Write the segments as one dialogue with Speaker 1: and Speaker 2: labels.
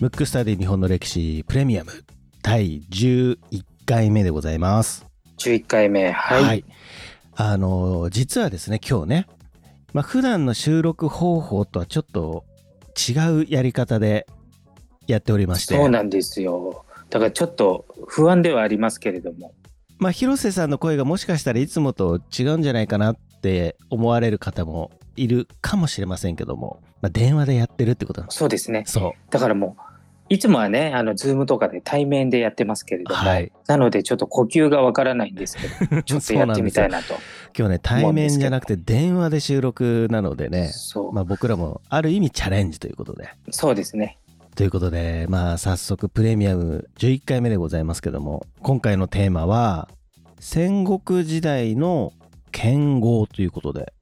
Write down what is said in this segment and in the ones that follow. Speaker 1: ムックスタディ日本の歴史プレミアム第11回目でございます。
Speaker 2: 11回目。はい。
Speaker 1: あのー実はですね、今日ね、まあ、普段の収録方法とはちょっと違うやり方でやっておりまして、
Speaker 2: そうなんですよ。だからちょっと不安ではありますけれども。
Speaker 1: まあ、広瀬さんの声がもしかしたらいつもと違うんじゃないかなって思われる方もいるかもしれませんけども、まあ、電話でやってるってことなんです。
Speaker 2: そうですね。
Speaker 1: そ
Speaker 2: だからもう、いつもはね、あの、ズームとかで対面でやってますけれ
Speaker 1: う。
Speaker 2: ども、
Speaker 1: はい。
Speaker 2: なのでちょっと呼吸がわからないんで すけど、ちょっとやってみたいなと。
Speaker 1: 今日ね、対面じゃなくて電話で収録なのでね、
Speaker 2: そう,、
Speaker 1: まあ、僕らもある意味チャレンジということで。
Speaker 2: そうですね。
Speaker 1: ということで、まあ、早速プレミアム11回目でございますけども今回のテーマは戦国時代の剣豪ということで、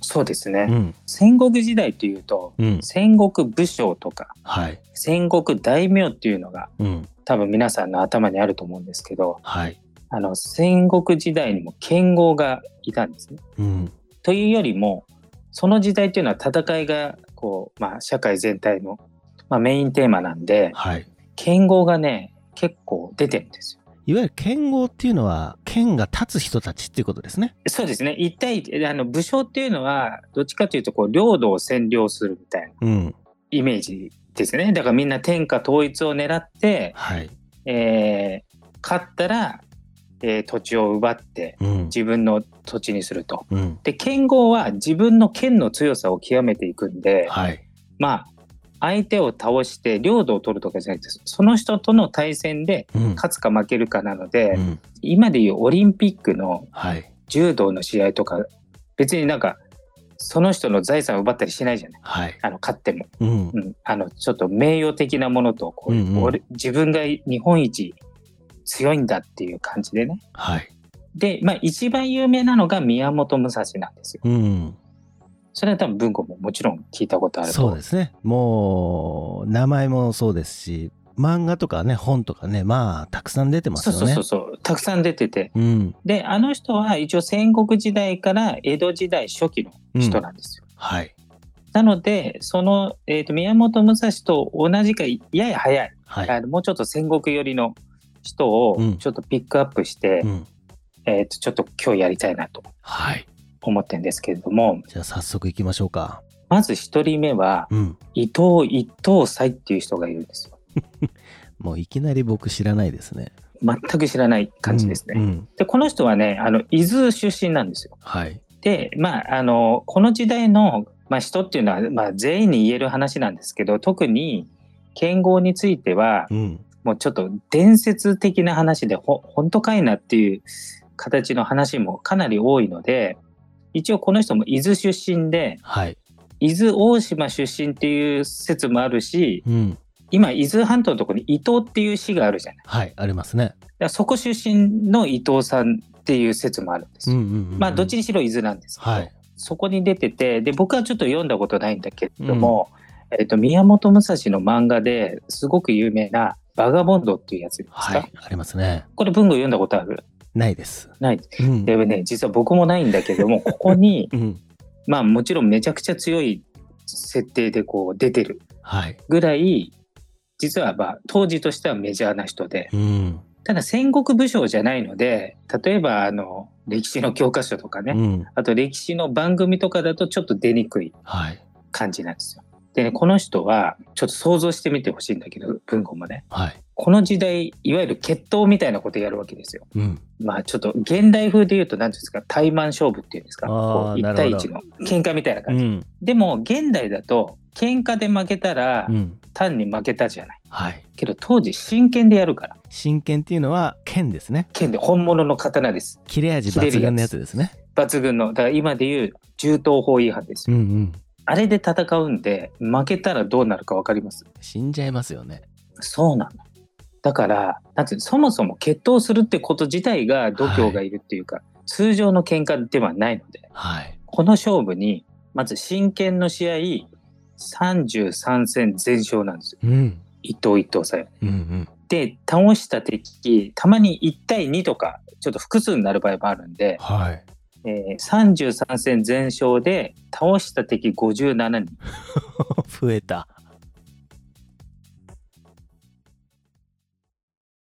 Speaker 2: そうですね。
Speaker 1: うん
Speaker 2: 戦国時代というと、
Speaker 1: うん
Speaker 2: 戦国武将とか、
Speaker 1: はい、
Speaker 2: 戦国大名っていうのが
Speaker 1: うん
Speaker 2: 多分皆さんの頭にあると思うんですけど、
Speaker 1: はい
Speaker 2: あの、戦国時代にも剣豪がいたんですね。
Speaker 1: うん、
Speaker 2: というよりもその時代というのは戦いがこう、まあ、社会全体の、まあ、メインテーマなんで
Speaker 1: はい、
Speaker 2: 剣豪がね結構出てるんですよ。
Speaker 1: いわゆる剣豪っていうのは剣が立つ人たちっていうことですね。
Speaker 2: そうですね一対一あの武将っていうのはどっちかというとこう領土を占領するみたいな
Speaker 1: うん
Speaker 2: イメージですねだからみんな天下統一を狙って、
Speaker 1: はい
Speaker 2: えー勝ったら、えー土地を奪って
Speaker 1: うん
Speaker 2: 自分の土地にすると。
Speaker 1: うん
Speaker 2: で剣豪は自分の剣の強さを極めていくんで、
Speaker 1: はい
Speaker 2: まあ、相手を倒して領土を取るとかじゃなくてその人との対戦で
Speaker 1: うん
Speaker 2: 勝つか負けるかなので、
Speaker 1: うん
Speaker 2: 今でいうオリンピックの
Speaker 1: はい
Speaker 2: 柔道の試合とか別になんかその人の財産を奪ったりしないじゃない
Speaker 1: はい
Speaker 2: あの勝っても、
Speaker 1: うん
Speaker 2: うん、あのちょっと名誉的なものとこう、
Speaker 1: うんうん
Speaker 2: 俺自分が日本一強いんだっていう感じでね
Speaker 1: はい
Speaker 2: で、まあ、一番有名なのが宮本武蔵なんですよ
Speaker 1: うん
Speaker 2: それは多分文庫ももちろん聞いたことあると
Speaker 1: そうですねもう名前もそうですし漫画とかね本とかねまあたくさん出てます
Speaker 2: そう
Speaker 1: よね
Speaker 2: そうそうそうたくさん出てて
Speaker 1: うん
Speaker 2: であの人は一応戦国時代から江戸時代初期の
Speaker 1: うん
Speaker 2: 人なんですよ。
Speaker 1: はい
Speaker 2: なのでその、えー、と宮本武蔵と同じかやや早い、
Speaker 1: はい、
Speaker 2: あのもうちょっと戦国寄りの人を
Speaker 1: うん
Speaker 2: ちょっとピックアップして、
Speaker 1: うん、
Speaker 2: えー、とちょっと今日やりたいなと
Speaker 1: はい
Speaker 2: 思ってるんですけれども
Speaker 1: じゃあ早速行きましょうか
Speaker 2: まず一人目は
Speaker 1: うん
Speaker 2: 伊藤一等斎っていう人がいるんですよ。
Speaker 1: もういきなり僕知らないですね
Speaker 2: 全く知らない感じですね。
Speaker 1: うんうん
Speaker 2: でこの人はねあの伊豆出身なんですよ。
Speaker 1: はい
Speaker 2: でまああのこの時代の、まあ、人っていうのは、まあ、全員に言える話なんですけど特に剣豪については
Speaker 1: うん
Speaker 2: もうちょっと伝説的な話でほ本当かいなっていう形の話もかなり多いので一応この人も伊豆出身で
Speaker 1: はい
Speaker 2: 伊豆大島出身っていう説もあるし
Speaker 1: うん
Speaker 2: 今伊豆半島のところに伊東っていう市があるじゃない
Speaker 1: はいありますね
Speaker 2: だからそこ出身の伊東さんっていう説もあるんです
Speaker 1: うん
Speaker 2: よ、
Speaker 1: うんうんうん
Speaker 2: まあどっちにしろ伊豆なんですけど、
Speaker 1: はい
Speaker 2: そこに出ててで僕はちょっと読んだことないんだけれども、えっと宮本武蔵の漫画ですごく有名な「バガボンド」っていうやつですか、
Speaker 1: はいありますね
Speaker 2: これ文具読んだことある
Speaker 1: ないです
Speaker 2: ない
Speaker 1: うん
Speaker 2: でね実は僕もないんだ けどもここに
Speaker 1: うん
Speaker 2: まあもちろんめちゃくちゃ強い設定でこう出てる
Speaker 1: はい
Speaker 2: ぐらい実はまあ当時としてはメジャーな人で
Speaker 1: うん
Speaker 2: ただ戦国武将じゃないので例えばあの歴史の教科書とかね、
Speaker 1: うん
Speaker 2: あと歴史の番組とかだとちょっと出にくい
Speaker 1: はい
Speaker 2: 感じなんですよ。でねこの人はちょっと想像してみてほしいんだけど文庫もね
Speaker 1: はい
Speaker 2: この時代いわゆる決闘みたいなことやるわけですよ。
Speaker 1: うん
Speaker 2: まあちょっと現代風で言うと何ていうんですか対マン勝負っていうんですか
Speaker 1: あー
Speaker 2: こう
Speaker 1: な
Speaker 2: 1
Speaker 1: るほ
Speaker 2: 対
Speaker 1: ど
Speaker 2: 1の喧嘩みたいな
Speaker 1: う
Speaker 2: 感じ。
Speaker 1: ん
Speaker 2: でも現代だと喧嘩で負けたら
Speaker 1: うん
Speaker 2: 単に負けたじゃない。
Speaker 1: はい
Speaker 2: けど当時真剣でやるから
Speaker 1: 真剣っていうのは剣ですね
Speaker 2: 剣で本物の刀です。
Speaker 1: 切れ味抜群のやつですね
Speaker 2: 抜群のだから今で言う銃刀法違反です
Speaker 1: う
Speaker 2: よ。
Speaker 1: んうん
Speaker 2: あれで戦うんで負けたらどうなるか分かります
Speaker 1: 死んじゃいますよね
Speaker 2: そうなの。だから、なんていうのそもそも決闘するってこと自体が度胸がいるっていうか、通常の喧嘩ではないので、
Speaker 1: はい
Speaker 2: この勝負に、まず真剣の試合、33戦全勝なんですよ。
Speaker 1: うん
Speaker 2: 一投一投さえ。
Speaker 1: うんうん
Speaker 2: で、倒した敵、たまに1対2とか、ちょっと複数になる場合もあるんで、
Speaker 1: はい
Speaker 2: ええー33戦全勝で倒した敵57人
Speaker 1: 増えた